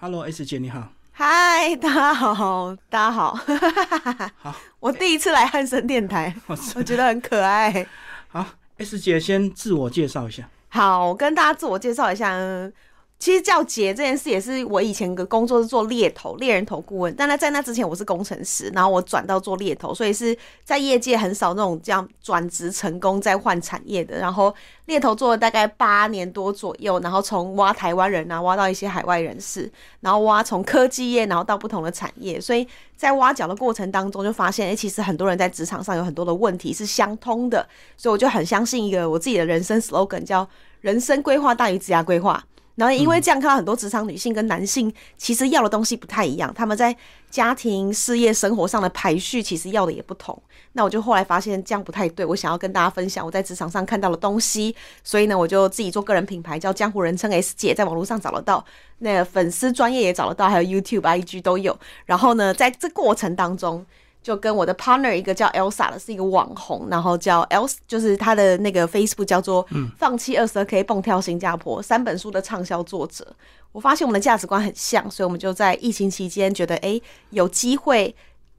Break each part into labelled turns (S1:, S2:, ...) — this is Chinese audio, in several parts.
S1: Hello S 姐你好，
S2: 嗨，大家好，大家好，啊
S1: 好，
S2: 我第一次来汉森电台，
S1: 我是
S2: 我觉得很可爱。
S1: 好 S 姐先自我介绍一下。
S2: 好，我跟大家自我介绍一下，嗯其实叫姐这件事也是我以前的工作是做猎头、猎人头顾问，但那在那之前我是工程师，然后我转到做猎头，所以是在业界很少那种这样转职成功再换产业的。然后猎头做了大概八年多左右，然后从挖台湾人啊，挖到一些海外人士，然后挖从科技业，然后到不同的产业，所以在挖角的过程当中就发现，哎、其实很多人在职场上有很多的问题是相通的，所以我就很相信一个我自己的人生 slogan 叫“人生规划大于职涯规划”。然后因为这样看到很多职场女性跟男性其实要的东西不太一样，他们在家庭、事业、生活上的排序其实要的也不同。那我就后来发现这样不太对，我想要跟大家分享我在职场上看到的东西，所以呢，我就自己做个人品牌，叫江湖人称 S 姐，在网络上找得到，那个粉丝专业也找得到，还有 YouTube、IG 都有。然后呢，在这过程当中，就跟我的 partner 一个叫 Elsa 的是一个网红，然后叫 Els，就是他的那个 Facebook 叫做
S1: 嗯
S2: “放弃二十二 K 蹦跳新加坡”三本书的畅销作者。我发现我们的价值观很像，所以我们就在疫情期间觉得，哎、有机会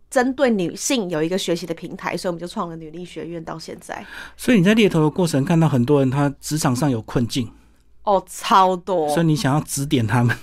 S2: 针对女性有一个学习的平台，所以我们就创了女力学院，到现在
S1: 所以你在猎头的过程看到很多人他职场上有困境，
S2: 哦，超多。
S1: 所以你想要指点他们。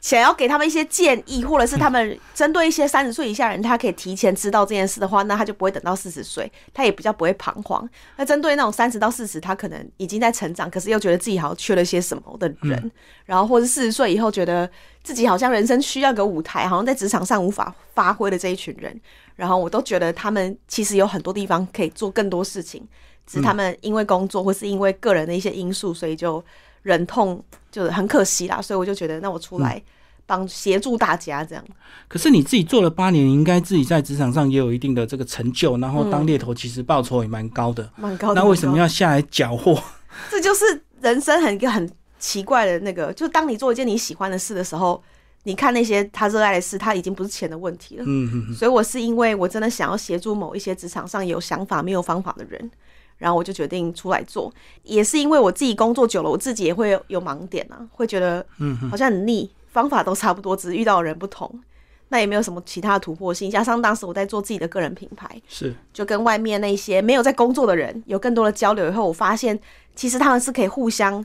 S2: 想要给他们一些建议，或者是他们针对一些三十岁以下人，他可以提前知道这件事的话，那他就不会等到四十岁，他也比较不会彷徨。那针对那种三十到四十，他可能已经在成长，可是又觉得自己好像缺了些什么的人，然后或者四十岁以后觉得自己好像人生需要个舞台，好像在职场上无法发挥的这一群人，然后我都觉得他们其实有很多地方可以做更多事情，只是他们因为工作或是因为个人的一些因素，所以就忍痛就是很可惜啦，所以我就觉得那我出来帮协助大家这样。
S1: 可是你自己做了八年，你应该自己在职场上也有一定的这个成就，然后当猎头其实报酬也蛮高的。
S2: 嗯蛮高的。
S1: 那为什么
S2: 蛮高
S1: 要下来缴获？
S2: 的？这就是人生很一个很奇怪的那个，就当你做一件你喜欢的事的时候，你看那些他热爱的事，他已经不是钱的问题了。
S1: 嗯嗯，
S2: 所以我是因为我真的想要协助某一些职场上有想法没有方法的人，然后我就决定出来做。也是因为我自己工作久了，我自己也会有有盲点啊，会觉得嗯好像很腻，方法都差不多，只是遇到的人不同。那也没有什么其他的突破性，加上当时我在做自己的个人品牌，
S1: 是
S2: 就跟外面那些没有在工作的人有更多的交流以后，我发现其实他们是可以互相，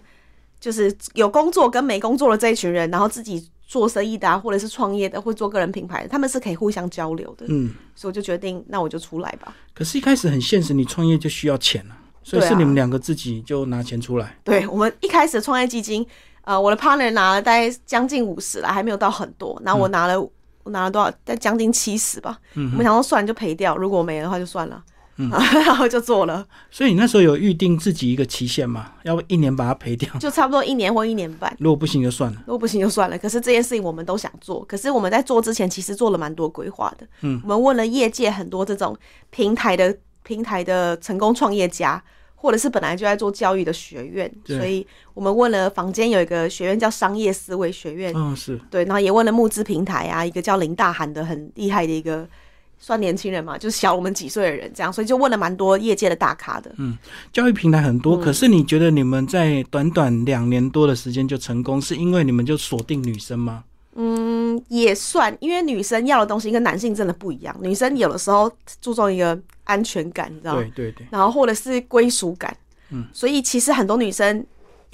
S2: 就是有工作跟没工作的这一群人，然后自己做生意的、啊，或者是创业的，或做个人品牌的，他们是可以互相交流的。
S1: 嗯。
S2: 所以我就决定，那我就出来吧。
S1: 可是，一开始很现实，你创业就需要钱了、所以
S2: 对啊
S1: 是你们两个自己就拿钱出来。
S2: 对我们一开始的创业基金，呃，我的 partner 拿了大概将近五十啦，还没有到很多。然后我拿了，我拿了多少？大概将近七十吧。我们想说算了就赔掉，如果没的话就算了， 然后就做了。
S1: 所以你那时候有预定自己一个期限嘛？要不一年把它赔掉，
S2: 就差不多一年或一年半。
S1: 如果不行就算了。
S2: 如果哦不行就算了。可是这件事情我们都想做，可是我们在做之前其实做了蛮多规划的。嗯，我们问了业界很多这种平台的平台的成功创业家，或者是本来就在做教育的学院，
S1: 对
S2: 所以我们问了房间有一个学院叫商业思维学院，
S1: 嗯，是
S2: 对，然后也问了募资平台啊，一个叫林大涵的很厉害的一个。算年轻人嘛，就是小我们几岁的人这样，所以就问了蛮多业界的大咖的。
S1: 教育平台很
S2: 嗯
S1: 多，可是你觉得你们在短短两年多的时间就成功，是因为你们就锁定女生吗？
S2: 嗯，也算，因为女生要的东西跟男性真的不一样。女生有的时候注重一个安全感，你知道吗
S1: 对？对对，
S2: 然后或者是归属感。嗯，所以其实很多女生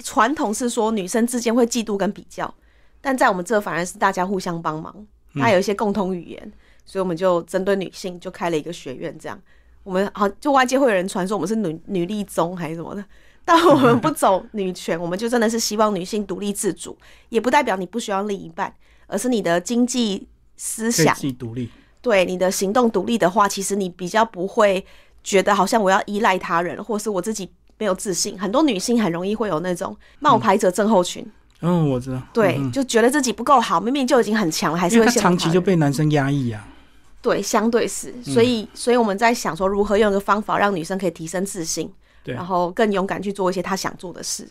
S2: 传统是说女生之间会嫉妒跟比较，但在我们这反而是大家互相帮忙，那有一些共同语言，所以我们就针对女性就开了一个学院，这样我们好就外界会有人传说我们是女女力宗还是什么的。 但我们不走女权，我们就真的是希望女性独立自主，也不代表你不需要另一半，而是你的经济思
S1: 可以
S2: 想
S1: 自己独立。
S2: 对你的行动独立的话，其实你比较不会觉得好像我要依赖他人，或是我自己没有自信。很多女性很容易会有那种冒牌者症候群，
S1: 嗯，我知道。
S2: 对，
S1: 嗯
S2: 就觉得自己不够好，明明就已经很强了，还是
S1: 因
S2: 会
S1: 为他
S2: 羡慕
S1: 长
S2: 他
S1: 期
S2: 人
S1: 就被嗯男生压抑啊。
S2: 对，相对是，所以、所以我们在想说，如何用一个方法让女生可以提升自信，
S1: 对
S2: 然后更勇敢去做一些她想做的事。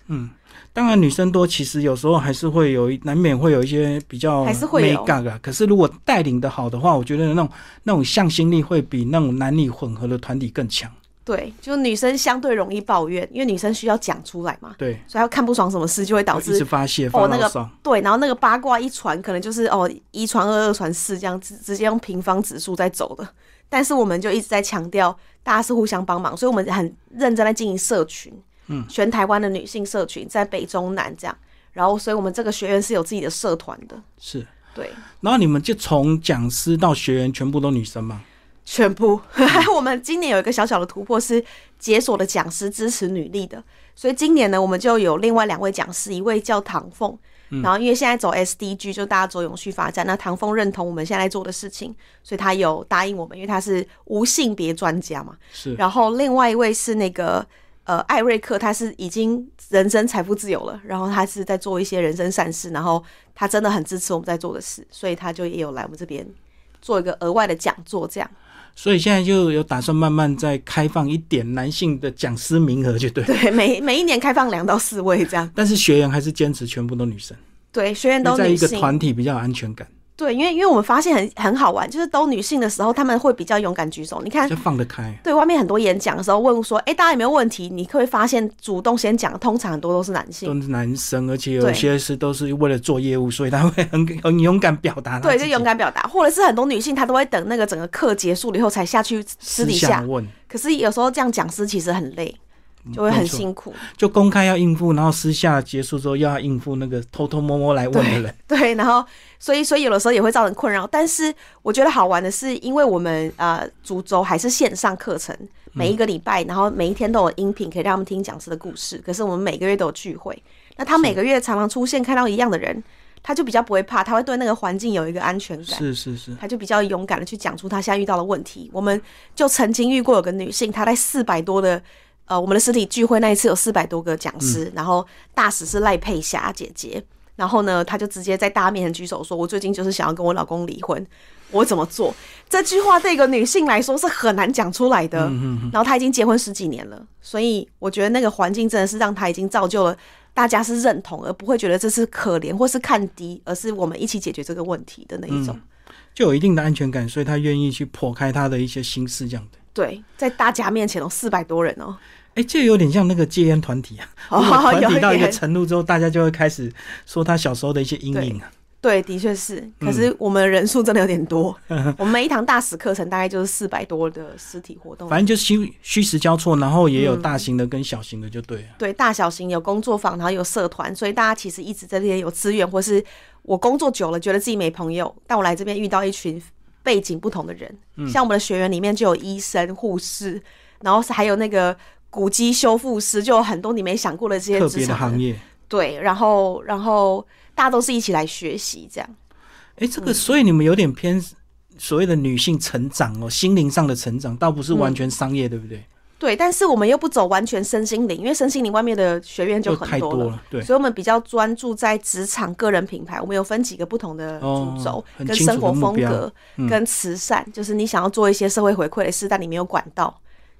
S1: 当然，女生多，其实有时候还是会有一，难免会有一些比较
S2: 还是会有
S1: make up 啊。可是如果带领的好的话，我觉得那种那种向心力会比那种男女混合的团体更强。
S2: 对，就女生相对容易抱怨，因为女生需要讲出来嘛，
S1: 对，
S2: 所以她看不爽什么事就会导
S1: 一直
S2: 致
S1: 发泄发
S2: 哦那
S1: 牢
S2: 个
S1: 骚，
S2: 对，然后那个八卦一传，可能就是哦一传二，二传四这样，直直接用平方指数在走的。但是我们就一直在强调，大家是互相帮忙，所以我们很认真在经营社群，嗯，全台湾的女性社群在北中南这样。然后，所以我们这个学院是有自己的社团的，
S1: 是。
S2: 对，
S1: 然后你们就从讲师到学员全部都女生嘛？
S2: 全部。 我们今年有一个小小的突破是解锁的讲师支持女力的，所以今年呢，我们就有另外两位讲师，一位叫唐凤。然后，因为现在走 SDG，就大家走永续发展。那唐凤认同我们现在做的事情，所以他有答应我们，因为他是无性别专家嘛。
S1: 是
S2: 然后另外一位是那个呃艾瑞克，他是已经人生财富自由了，然后他是在做一些人生善事，然后他真的很支持我们在做的事，所以他就也有来我们这边做一个额外的讲座，这样。
S1: 所以现在就有打算慢慢再开放一点男性的讲师名额，就对。
S2: 对，每每一年开放两到四位 这样。
S1: 但是学员还是坚持全部都女生，
S2: 对，学员
S1: 因为
S2: 都
S1: 在
S2: 女
S1: 一个
S2: 性。
S1: 团体比较有安全感，
S2: 对，因为因为我们发现很很好玩，就是都女性的时候，她们会比较勇敢举手。你看
S1: 比较，放得开。
S2: 对外面很多演讲的时候问说：“哎、大家有没有问题？”你会发现主动先讲，通常很多都是男性。
S1: 都是男生，而且有
S2: 对
S1: 些是都是为了做业务，所以他会很 很勇敢表达他
S2: 对，
S1: 自己。
S2: 就勇敢表达，或者是很多女性她都会等那个整个课结束了以后才下去私
S1: 私
S2: 底
S1: 下
S2: 下。
S1: 问，
S2: 可是有时候这样讲师其实很累，就会
S1: 没
S2: 很
S1: 错
S2: 辛苦。
S1: 就公开要应付，然后私下结束之后又要应付那个偷偷摸摸来问的人。
S2: 对，然后所以所以有的时候也会造成困扰，但是我觉得好玩的是，因为我们呃主轴还是线上课程，每一个礼拜，然后每一天都有音频可以让他们听讲师的故事。可是我们每个月都有聚会，那他每个月常常出现看到一样的人，他就比较不会怕，他会对那个环境有一个安全感。
S1: 是是是，
S2: 他就比较勇敢的去讲出他现在遇到的问题。我们就曾经遇过有个女性，她在四百多的呃我们的实体聚会那一次有四百多个讲师，然后大使是赖佩霞姐姐，然后呢，她就直接在大家面前举手说：“我最近就是想要跟我老公离婚，我怎么做？”这句话对一个女性来说是很难讲出来的。然后她已经结婚十几年了，所以我觉得那个环境真的是让她已经造就了。大家是认同，而不会觉得这是可怜或是看低，而是我们一起解决这个问题的那一种。
S1: 就有一定的安全感，所以他愿意去剖开他的一些心事这样的。
S2: 对，在大家面前哦，四百多人哦，
S1: 哎、这有点像那个戒烟团体啊，如果
S2: 哦，
S1: 团
S2: 有
S1: 体到一个
S2: 点，
S1: 程度之后，大家就会开始说他小时候的一些阴影啊。
S2: 对，的确是。可是
S1: 嗯
S2: 我们人数真的有点多， 我们每一堂大使课程大概就是四百多的实体活动，
S1: 反正就是虚虚实交错，然后也有大型的跟小型的，就对了。
S2: 对，大小型有工作坊，然后有社团，所以大家其实一直在这边有资源，或是我工作久了觉得自己没朋友，但我来这边遇到一群背景不同的人，
S1: 嗯
S2: 像我们的学员里面就有医生、护士，然后是还有那个古籍修复师，就有很多你没想过的这些
S1: 特
S2: 职
S1: 别的
S2: 场
S1: 行
S2: 人
S1: 业。
S2: 对，然后然后大家都是一起来学习这样。
S1: 哎、这
S2: 嗯
S1: 个所以你们有点偏所谓的女性成长哦，心灵上的成长，倒不是完全商业，对不对？
S2: 对，但是我们又不走完全身心灵，因为身心灵外面的学院就
S1: 就
S2: 很
S1: 太
S2: 多
S1: 多
S2: 了，
S1: 了，对，
S2: 所以我们比较专注在职场、个人品牌。我们有分几个不同的
S1: 哦
S2: 主轴，
S1: 很
S2: 跟
S1: 清楚
S2: 生活
S1: 的目
S2: 风
S1: 标
S2: 格、
S1: 嗯
S2: 跟慈善，就是你想要做一些社会回馈的事，但你没有管道。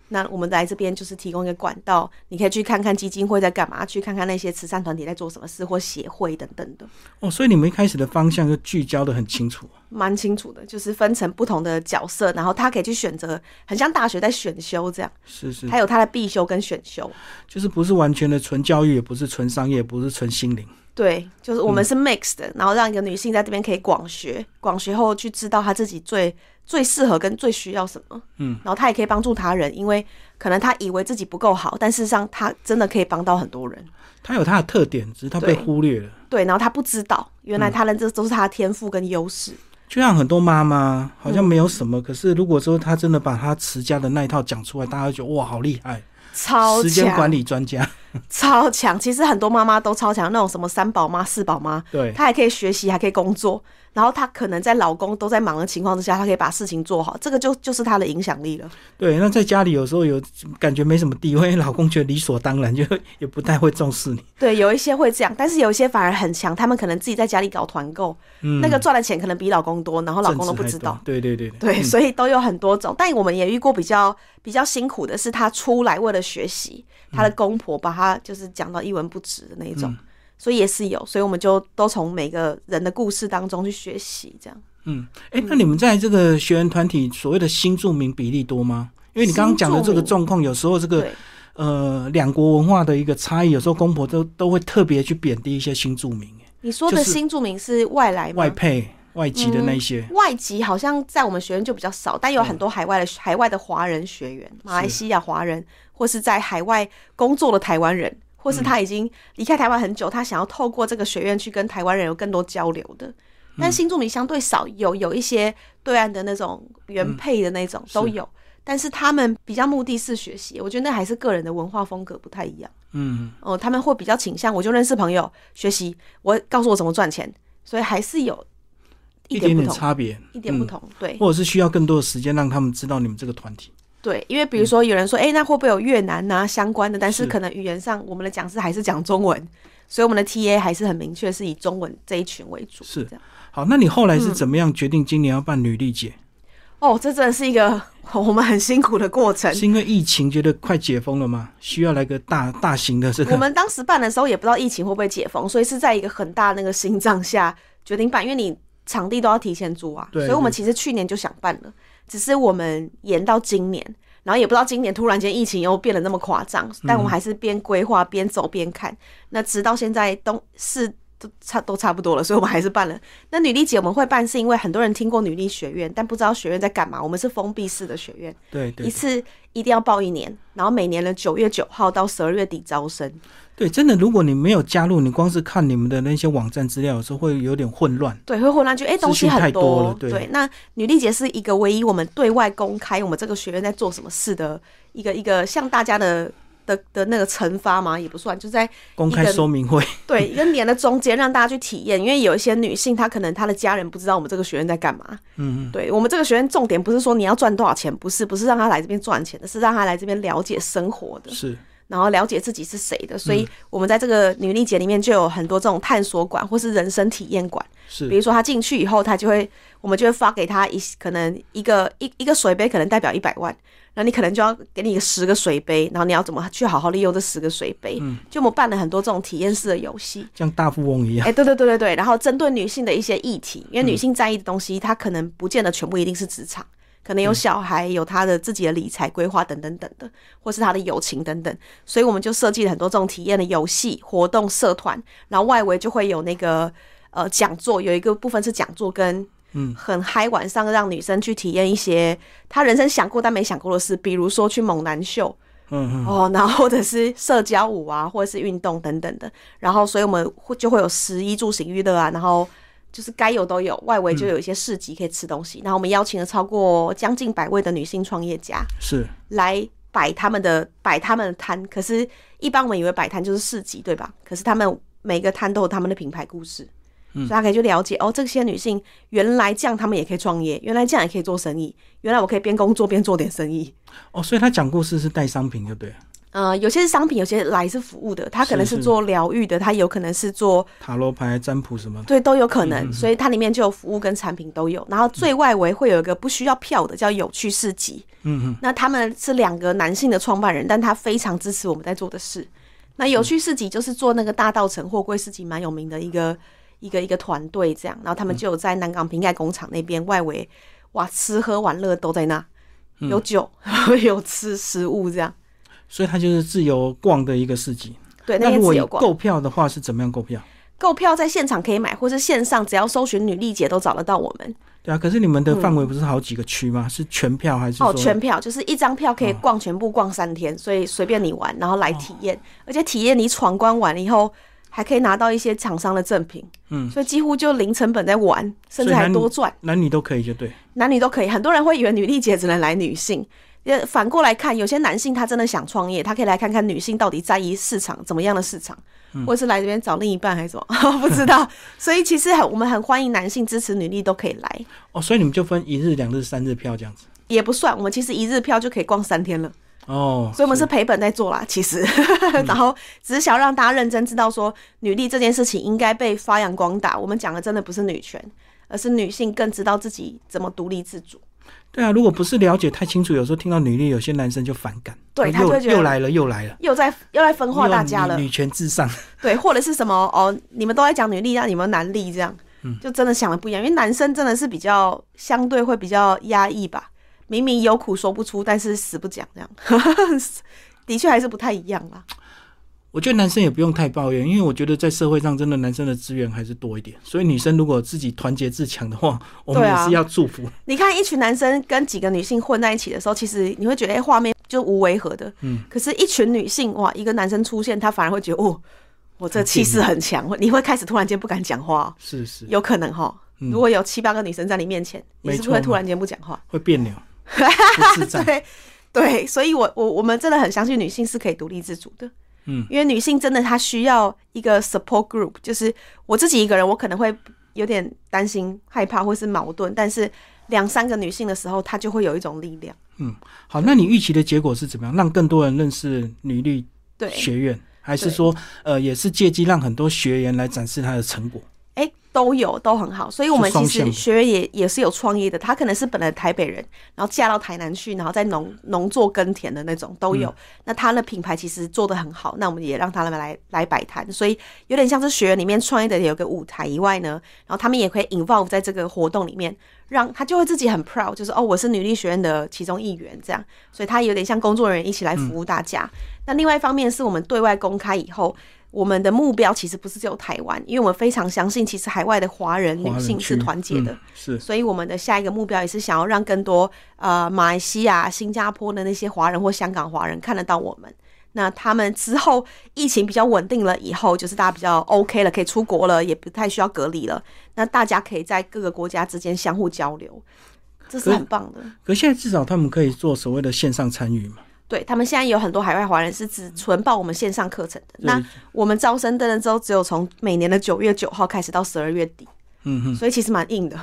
S2: 那我们来这边就是提供一个管道，你可以去看看基金会在干嘛，去看看那些慈善团体在做什么事或协会等等的，
S1: 哦，所以你们一开始的方向就聚焦的很清楚。
S2: 蛮清楚的。就是分成不同的角色，然后他可以去选择，很像大学在选修这样，
S1: 是是，
S2: 他有他的必修跟选修。
S1: 就是不是完全的纯教育，也不是纯商业，也不是纯心灵。
S2: 对，就是
S1: 嗯
S2: 我们是 mix 的，然后让一个女性在这边可以广学，广学后去知道她自己最最适合跟最需要什么，嗯，然后她也可以帮助他人，因为可能她以为自己不够好，但事实上她真的可以帮到很多人。
S1: 它有它的特点，只是它被
S2: 对
S1: 忽略了。
S2: 对，然后她不知道，原来她的这都是她的天赋跟优势。
S1: 就像很多妈妈好像没有什
S2: 嗯
S1: 么，可是如果说她真的把她持家的那一套讲出来，大家会觉得哇，好厉害，
S2: 超
S1: 时间管
S2: 强，
S1: 理专家。
S2: 超强！其实很多妈妈都超强，那种什么三宝妈、四宝妈，
S1: 对，
S2: 她还可以学习，还可以工作，然后她可能在老公都在忙的情况之下，她可以把事情做好，这个就就是她的影响力了。
S1: 对，那在家里有时候有感觉没什么地位，老公觉得理所当然， 就也不太会重视你。
S2: 对，有一些会这样，但是有一些反而很强，他们可能自己在家里搞团购，
S1: 嗯，
S2: 那个赚的钱可能比老公多，然后老公都
S1: 政治
S2: 不
S1: 太
S2: 知
S1: 多嗯
S2: 道。。
S1: 对对对对，
S2: 对，所以都有很多种，但我们也遇过比较比较辛苦的是，他出来为了学习，
S1: 嗯
S2: 他的公婆把他就是讲到一文不值的那一种，所以也是有，所以我们就都从每个人的故事当中去学习，这样。
S1: 嗯，哎、那你们在这个学员团体所谓的新住民比例多吗？因因为你刚刚讲的这个状况，有时候这个
S2: 对，
S1: 呃两国文化的一个差异，有时候公婆都都会特别去贬低一些新住民，
S2: 你说的
S1: 就是
S2: 新住民是外来吗？
S1: 外配、外籍的那一些。
S2: 外籍好像在我们学院就比较少，但有
S1: 嗯
S2: 很多海外的、海外的华人学员，马来西亚华人，或是在海外工作的台湾人，或
S1: 嗯
S2: 是他已经离开台湾很久，他想要透过这个学院去跟台湾人有更多交流的。
S1: 嗯
S2: 但新住民相对少，有有一些对岸的那种原
S1: 嗯
S2: 配的那种、都有，但是他们比较目的是学习，我觉得那还是个人的文化风格不太一样。
S1: 嗯，
S2: 哦、他们会比较倾向，我就认识朋友学习，我告诉我怎么赚钱，所以还是有一
S1: 一
S2: 点
S1: 点
S2: 不
S1: 点
S2: 同。
S1: 差别，
S2: 一点不
S1: 嗯
S2: 同，对
S1: 或者是需要更多的时间让他们知道你们这个团体。
S2: 对，因为比如说有人说，哎、那会不会有越南呐、相关的？但是
S1: 嗯是
S2: 可能语言上，我们的讲师还是讲中文，所以我们的 TA 还是很明确是以中文这一群为主。
S1: 是
S2: 这样
S1: 好，那你后来是怎么样决定今年要办女力节？
S2: 哦，这真的是一个 我们很辛苦的过程。
S1: 是因为疫情觉得快解封了吗？需要来个大大型的这
S2: 我
S1: 个？
S2: 们当时办的时候也不知道疫情会不会解封，所以是在一个很大那个心脏下决定办，因为你场地都要提前租啊，
S1: 对
S2: 所以我们
S1: 对
S2: 其实去年就想办了，只是我们延到今年，然后也不知道今年突然间疫情又变得那么夸张，
S1: 嗯
S2: 但我们还是边规划边走边看，那直到现在东是。都差都差不多了，所以我们还是办了。那女力节我们会办，是因为很多人听过女力学院，但不知道学院在干嘛。我们是封闭式的学院，
S1: 对对
S2: 一次一定要报一年，然后每年的九月九号到十二月底招生。
S1: 对，真的，如果你没有加入，你光是看你们的那些网站资料，有时候会有点混乱。
S2: 对，会混乱，就哎、东
S1: 资
S2: 西
S1: 讯
S2: 很
S1: 太多了对
S2: 那女力节是一个唯一我们对外公开我们这个学院在做什么事的一个一个向大家的的的那个惩罚嘛，也不算，就在
S1: 公开说明会，
S2: 对一个年的中间让大家去体验，因为有一些女性她可能她的家人不知道我们这个学院在干嘛。
S1: 嗯，
S2: 对我们这个学院重点不是说你要赚多少钱，不是不是让她来这边赚钱的，是让她来这边了解生活的。
S1: 是
S2: 然后了解自己是谁的，所
S1: 嗯
S2: 以我们在这个女力节里面就有很多这种探索馆或是人生体验馆。
S1: 是，
S2: 比如说他进去以后，他就会，我们就会发给他一可能一个一一个水杯，可能代表一百万，然后你可能就要给你十个水杯，然后你要怎么去好好利用这十个水杯？就我们办了很多这种体验式的游戏。
S1: 像大富翁一样。嗯
S2: 哎、对对对对对，然后针对女性的一些议题，因为女性在意的东西，她可能不见得全部一定是职场，可
S1: 嗯
S2: 能有小孩，有她的自己的理财规划等等等的，或是她的友情等等，所以我们就设计了很多这种体验的游戏、活动、社团，然后外围就会有那个呃讲座，有一个部分是讲座跟。
S1: 嗯，
S2: 很嗨，晚上让女生去体验一些她人生想过但没想过的事，比如说去猛男秀，
S1: 嗯嗯，
S2: 哦，然后或者是社交舞啊，或者是运动等等的，然后所以我们会就会有食衣住行娱乐啊，然后就是该有都有，外围就有一些市集可以吃东西，然后我们邀请了超过将近百位的女性创业家
S1: 是
S2: 来摆他们的摆他们的摊，可是一般我们以为摆摊就是市集对吧？可是他们每个摊都有他们的品牌故事。所以他可以去了解哦，这些女性原来这样，她们也可以创业，原来这样也可以做生意，原来我可以边工作边做点生意，
S1: 哦，所以他讲故事是带商品，对不对？
S2: 呃，有些是商品，有些来是服务的，它可能
S1: 是
S2: 是
S1: 是
S2: 做疗愈的，它有可能是做
S1: 塔罗牌、占卜什么的。
S2: 对都有可
S1: 嗯
S2: 能，所以它里面就有服务跟产品都有。然后最外围会有一个不需要票的叫有趣市集，
S1: 嗯嗯，
S2: 那他们是两个男性的创办人，但他非常支持我们在做的事。那有趣市集就是做那个大道城货柜市集蛮有名的一个一个一个团队这样，然后他们就有在南港瓶盖工厂那边外围，哇，吃喝玩乐都在那，
S1: 嗯
S2: 有酒 有吃食物这样，
S1: 所以他就是自由逛的一个市集。
S2: 对，那
S1: 那
S2: 天
S1: 如果
S2: 自
S1: 你
S2: 由逛。
S1: 购票的话，是怎么样购票？
S2: 购票在现场可以买，或是线上只要搜寻“女力节”都找得到我们。
S1: 对啊，可是你们的范围不是好几个区吗？是全票还是说
S2: 嗯
S1: 嗯
S2: 哦，全票就是一张票可以逛全部逛三天，所以随便你玩，然后来体
S1: 哦
S2: 验。而且体验你闯关完了以后，还可以拿到一些厂商的赠品。
S1: 嗯，
S2: 所以几乎就零成本在玩，甚
S1: 所
S2: 至
S1: 以
S2: 还
S1: 男
S2: 多赚，
S1: 男女都可以就对。
S2: 男女都可以。很多人会以为女力节只能来女性。也反过来看，有些男性他真的想创业，他可以来看看女性到底在意市场怎么样的市场，
S1: 嗯
S2: 或者是来这边找另一半还是什么， 不知道。所以其实很我们很欢迎男性支持女力都可以来。
S1: 哦，所以你们就分一日、两日、三日票这样子。
S2: 也不算，我们其实一日票就可以逛三天了，
S1: 哦，
S2: 所以我们是赔本在做啦，其实， 然后只是想要让大家认真知道说，女力这件事情应该被发扬光大。我们讲的真的不是女权，而是女性更知道自己怎么独立自主。
S1: 对啊，如果不是了解太清楚，有时候听到女力，有些男生就反感，
S2: 对他就
S1: 又
S2: 会觉得
S1: 又来了又来了，
S2: 又在又在分化大家
S1: 又嗯
S2: 了
S1: 女，女权至上，
S2: 对，或者是什么哦，你们都在讲女力，那你们男力这样，就真的想的不一样，因为男生真的是比较相对会比较压抑吧，明明有苦说不出，但是死不讲这样， 的确还是不太一样啦。
S1: 我觉得男生也不用太抱怨，因为我觉得在社会上真的男生的资源还是多一点，所以女生如果自己团结自强的话，我们
S2: 对
S1: 也
S2: 啊
S1: 是要祝福。
S2: 你看一群男生跟几个女性混在一起的时候，其实你会觉得哎画、面就无违和的，
S1: 嗯，
S2: 可是，一群女性哇，一个男生出现，他反而会觉得哦，我这气势很强，你会开始突然间不敢讲话哦，
S1: 是是，
S2: 有可能哈。
S1: 嗯
S2: 如果有七八个女生在你面前，你是不是
S1: 没
S2: 会
S1: 错
S2: 突然间不讲话？
S1: 会 别扭，不自在。
S2: 对对，所以我我我们真的很相信女性是可以独立自主的。
S1: 嗯，
S2: 因为女性真的她需要一个 support group，就是我自己一个人，我可能会有点担心、害怕或是矛盾，但是两三个女性的时候，她就会有一种力量。
S1: 好，那你预期的结果是怎么样？让更多人认识女力
S2: 对，
S1: 学院，还是
S2: 对
S1: 说，呃，也是借机让很多学员来展示他的成果？
S2: 哎、都有都很好，所以我们
S1: 是双
S2: 其
S1: 向的
S2: 实学员也也是有创业的。他可能是本来台北人，然后嫁到台南去，然后在农农作耕田的那种都
S1: 嗯
S2: 有。那他的品牌其实做的很好，那我们也让他们来来摆摊，所以有点像是学员里面创业的有个舞台以外呢，然后他们也可以 involve 在这个活动里面，让他就会自己很 proud，就是哦，我是女力学院的其中一员这样，所以他有点像工作人员一起来服务
S1: 嗯
S2: 大家。那另外一方面是我们对外公开以后，我们的目标其实不是只有台湾，因为我们非常相信，其实海外的华人
S1: 华
S2: 女
S1: 人
S2: 性
S1: 区
S2: 是团结的，
S1: 嗯是
S2: 所以我们的下一个目标也是想要让更多呃马来西亚、新加坡的那些华人或香港华人看得到我们。那他们之后疫情比较稳定了以后，就是大家比较 OK 了，可以出国了，也不太需要隔离了。那大家可以在各个国家之间相互交流，这是
S1: 可
S2: 很棒的。
S1: 可现在至少他们可以做所谓的线上参与嘛？
S2: 对他们现在有很多海外华人是只纯报我们线上课程的。
S1: 所
S2: 那
S1: 以
S2: 我们招生登了之后，只有从每年的九月九号开始到十二月底，
S1: 嗯哼，
S2: 所以其实蛮硬的。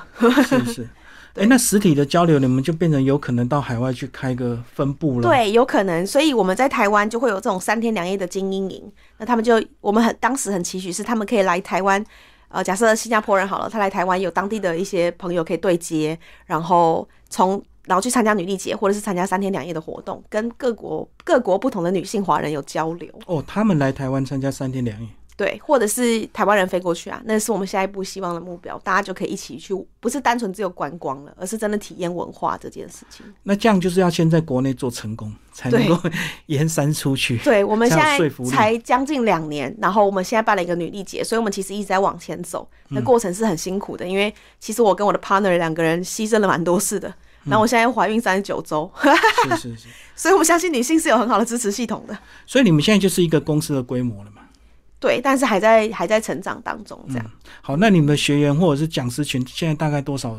S1: 是 是。哎、那实体的交流，你们就变成有可能到海外去开个分部了。，
S2: 对，有可能，所以我们在台湾就会有这种三天两夜的精英营。那他们就，我们很当时很期许是他们可以来台湾，呃，假设新加坡人好了，他来台湾有当地的一些朋友可以对接，然后从然后去参加女力节或者是参加三天两夜的活动，跟各国各国不同的女性华人有交流。
S1: 哦，他们来台湾参加三天两夜，
S2: 对，或者是台湾人飞过去啊，那是我们下一步希望的目标，大家就可以一起去，不是单纯只有观光了，而是真的体验文化这件事情。
S1: 那这样就是要先在国内做成功，才能
S2: 对
S1: 够 延伸出去。
S2: 对，我们
S1: 才
S2: 现
S1: 有
S2: 在
S1: 说服力
S2: 才将近两年，然后我们现在办了一个女力节，所以我们其实一直在往前走，
S1: 嗯
S2: 那过程是很辛苦的，因为其实我跟我的 partner 两个人牺牲了蛮多事的。
S1: 嗯
S2: 然后我现在怀孕三十九周，
S1: 是是是。
S2: 所以我们相信女性是有很好的支持系统的，
S1: 所以你们现在就是一个公司的规模了嘛？
S2: 对，但是还在还在成长当中，这样。
S1: 好，那你们的学员或者是讲师群现在大概多少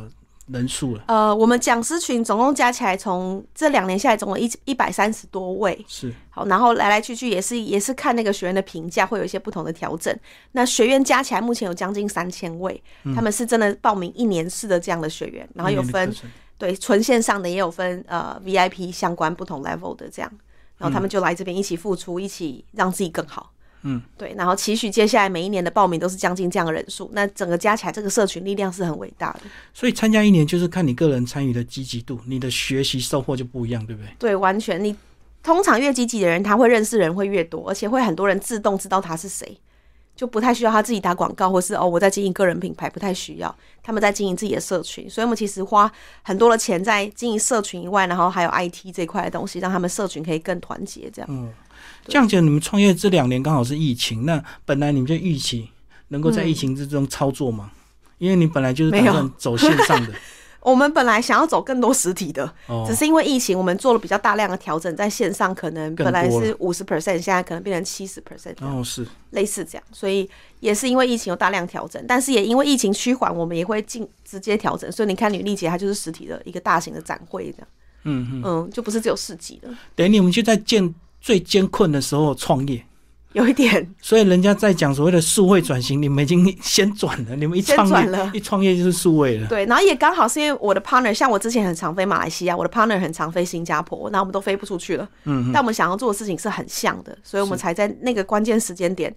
S1: 人数了？
S2: 呃，我们讲师群总共加起来，从这两年下来，总共一一百三十多位，
S1: 是
S2: 好，然后来来去去也是也是看那个学员的评价，会有一些不同的调整。那学员加起来目前有将近三千位，他们是真的报名一年式的这样的学员，然后
S1: 嗯
S2: 有
S1: 一年的
S2: 分
S1: 课程
S2: 对纯线上的，也有分呃 VIP 相关不同 level 的这样，然后他们就来这边一起付出，一起让自己更好。
S1: 嗯，
S2: 对，然后期许接下来每一年的报名都是将近这样的人数，那整个加起来这个社群力量是很伟大的。
S1: 所以参加一年就是看你个人参与的积极度，你的学习收获就不一样，对不对？
S2: 对，完全你通常越积极的人，他会认识人会越多，而且会很多人自动知道他是谁，就不太需要他自己打广告，或是哦我在经营个人品牌，不太需要他们在经营自己的社群。所以我们其实花很多的钱在经营社群以外，然后还有
S1: 嗯
S2: IT 这一块的东西，让他们社群可以更团结。这样，
S1: 这样讲，你们创业这两年刚好是疫情，那本来你们就预期能够在疫情之中操作吗？因为你本来就是打
S2: 没
S1: 算走线上 的
S2: 我们本来想要走更多实体的，
S1: 哦
S2: 只，是因为疫情，我们做了比较大量的调整，在线上可能
S1: 更
S2: 本来
S1: 多
S2: 是五十 percent，现在可能变成七十 percent。
S1: 然后哦是
S2: 类似这样，所以也是因为疫情有大量调整，但是也因为疫情趋缓，我们也会进直接调整。所以你看，女力节它就是实体的一个大型的展会这样，
S1: 嗯嗯，
S2: 嗯，就不是只有市集的，
S1: 等于你们就在艰最艰困的时候创业，
S2: 有一点
S1: 所以人家在讲所谓的数位转型，你们已经先转了，你们一
S2: 先
S1: 创
S2: 转
S1: 业
S2: 了
S1: 一创业就是数位了，
S2: 对。然后也刚好是因为我的 partner，像我之前很常飞马来西亚，我的 partner 很常飞新加坡，那我们都飞不出去了，
S1: 嗯，
S2: 但我们想要做的事情是很像的，所以我们才在那个关键时间点，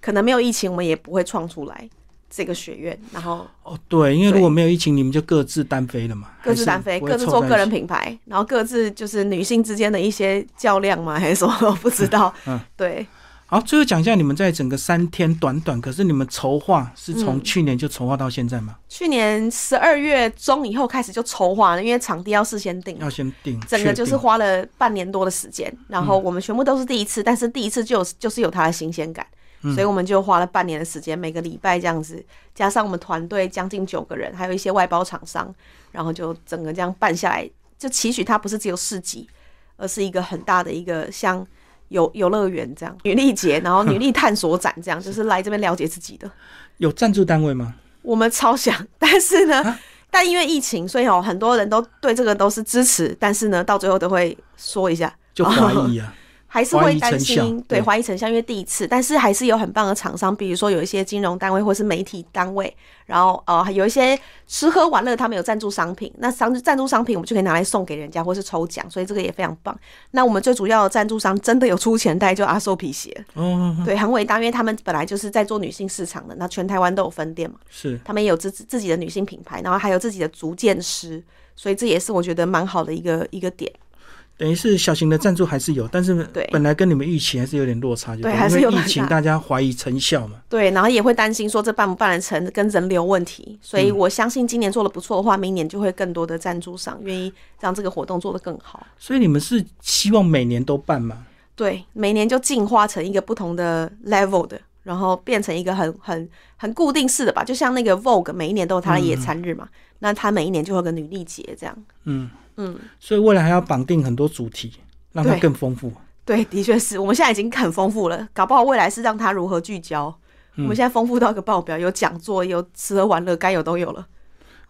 S2: 可能没有疫情，我们也不会创出来这个学院，然后
S1: 哦对，因为如果没有疫情，你们就各自单飞了嘛，
S2: 各自单
S1: 还
S2: 飞，
S1: 是不
S2: 各
S1: 会
S2: 自
S1: 凑
S2: 做
S1: 在一
S2: 个人
S1: 起
S2: 品牌，然 后各自就是女性之间的一些较量嘛，还是什么？我不知道。
S1: 嗯
S2: 对
S1: 好，最后讲一下你们在整个三天短短，可是你们筹划是从
S2: 嗯
S1: 去年就筹划到现在吗？
S2: 去年十二月中以后开始就筹划了，因为场地要事先定。
S1: 要先定，
S2: 整个就是
S1: 确定嗯
S2: 花了半年多的时间，然后我们全部都是第一次，但是第一次就有就是有它的新鲜感，
S1: 嗯
S2: 所以我们就花了半年的时间，每个礼拜这样子，加上我们团队将近九个人，还有一些外包厂商，然后就整个这样办下来，就期许它不是只有市集，而是一个很大的一个像游游乐园这样女力节，然后女力探索展 这样，就是来这边了解自己的。
S1: 有赞助单位吗？
S2: 我们超想，但是呢，
S1: 啊
S2: 但因为疫情，所以哦，很多人都对这个都是支持，但是呢，到最后都会说一下，
S1: 就怀疑啊，
S2: 还是
S1: 怀
S2: 会
S1: 疑
S2: 担
S1: 成效
S2: 心，对，
S1: 对
S2: 怀疑成效，因为第一次，但是还是有很棒的厂商，比如说有一些金融单位或是媒体单位，然后呃，有一些吃喝玩乐，他们有赞助商品，那商赞助商品我们就可以拿来送给人家或是抽奖，所以这个也非常棒。那我们最主要的赞助商真的有出钱带，就阿寿皮鞋，
S1: 哦，
S2: 对，很伟大，因为他们本来就是在做女性市场的，那全台湾都有分店嘛。
S1: 是
S2: 他们也有自自己的女性品牌，然后还有自己的足健师，所以这也是我觉得蛮好的一个一个点。
S1: 等于是小型的赞助还是有，但是
S2: 对
S1: 本来跟你们预期还是有点落差，就
S2: 对
S1: 了
S2: 还是
S1: 因
S2: 有
S1: 为
S2: 落
S1: 疫
S2: 差
S1: 情，大家怀疑成效嘛，
S2: 对，然后也会担心说这办不办得成跟人流问题，所以我相信今年做的不错的话，明年就会更多的赞助商愿意让这个活动做得更好。
S1: 所以你们是希望每年都办吗？
S2: 对，每年就进化成一个不同的 level 的，然后变成一个很很很固定式的吧，就像那个 Vogue 每一年都有它的野餐日嘛，那它每一年就会有个女力节这样。
S1: 所以未来还要绑定很多主题，让它
S2: 对
S1: 更丰富。
S2: 对，的确是我们现在已经很丰富了，搞不好未来是让它如何聚焦。我
S1: 嗯
S2: 们现在丰富到一个爆表，有讲座，有吃喝玩乐，该有都有了。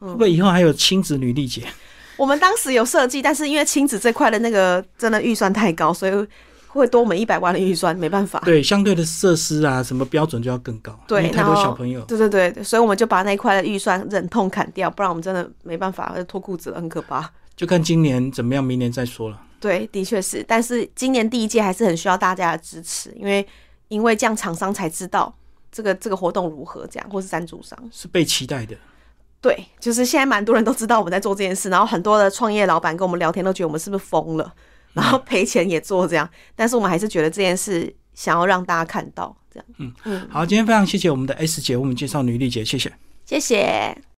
S2: 嗯
S1: 会不会以后还有亲子女力节？
S2: 我们当时有设计，但是因为亲子这块的那个真的预算太高，所以会多我们一百万的预算，没办法。
S1: 对，相对的设施啊，什么标准就要更高，
S2: 对
S1: 因为太多
S2: 然后
S1: 小朋友。
S2: 对对对对，所以我们就把那一块的预算忍痛砍掉，不然我们真的没办法，就脱裤子了，很可怕。
S1: 就看今年怎么样，明年再说了。
S2: 对，的确是，但是今年第一届还是很需要大家的支持，因为因为这样厂商才知道这个这个活动如何这样，或是赞助商。
S1: 是被期待的，
S2: 对，就是现在蛮多人都知道我们在做这件事，然后很多的创业老板跟我们聊天都觉得我们是不是疯了，然后赔钱也做这样，但是我们还是觉得这件事想要让大家看到，这样，
S1: 好，今天非常谢谢我们的 S 姐为我们介绍女力节，谢谢。
S2: 谢谢。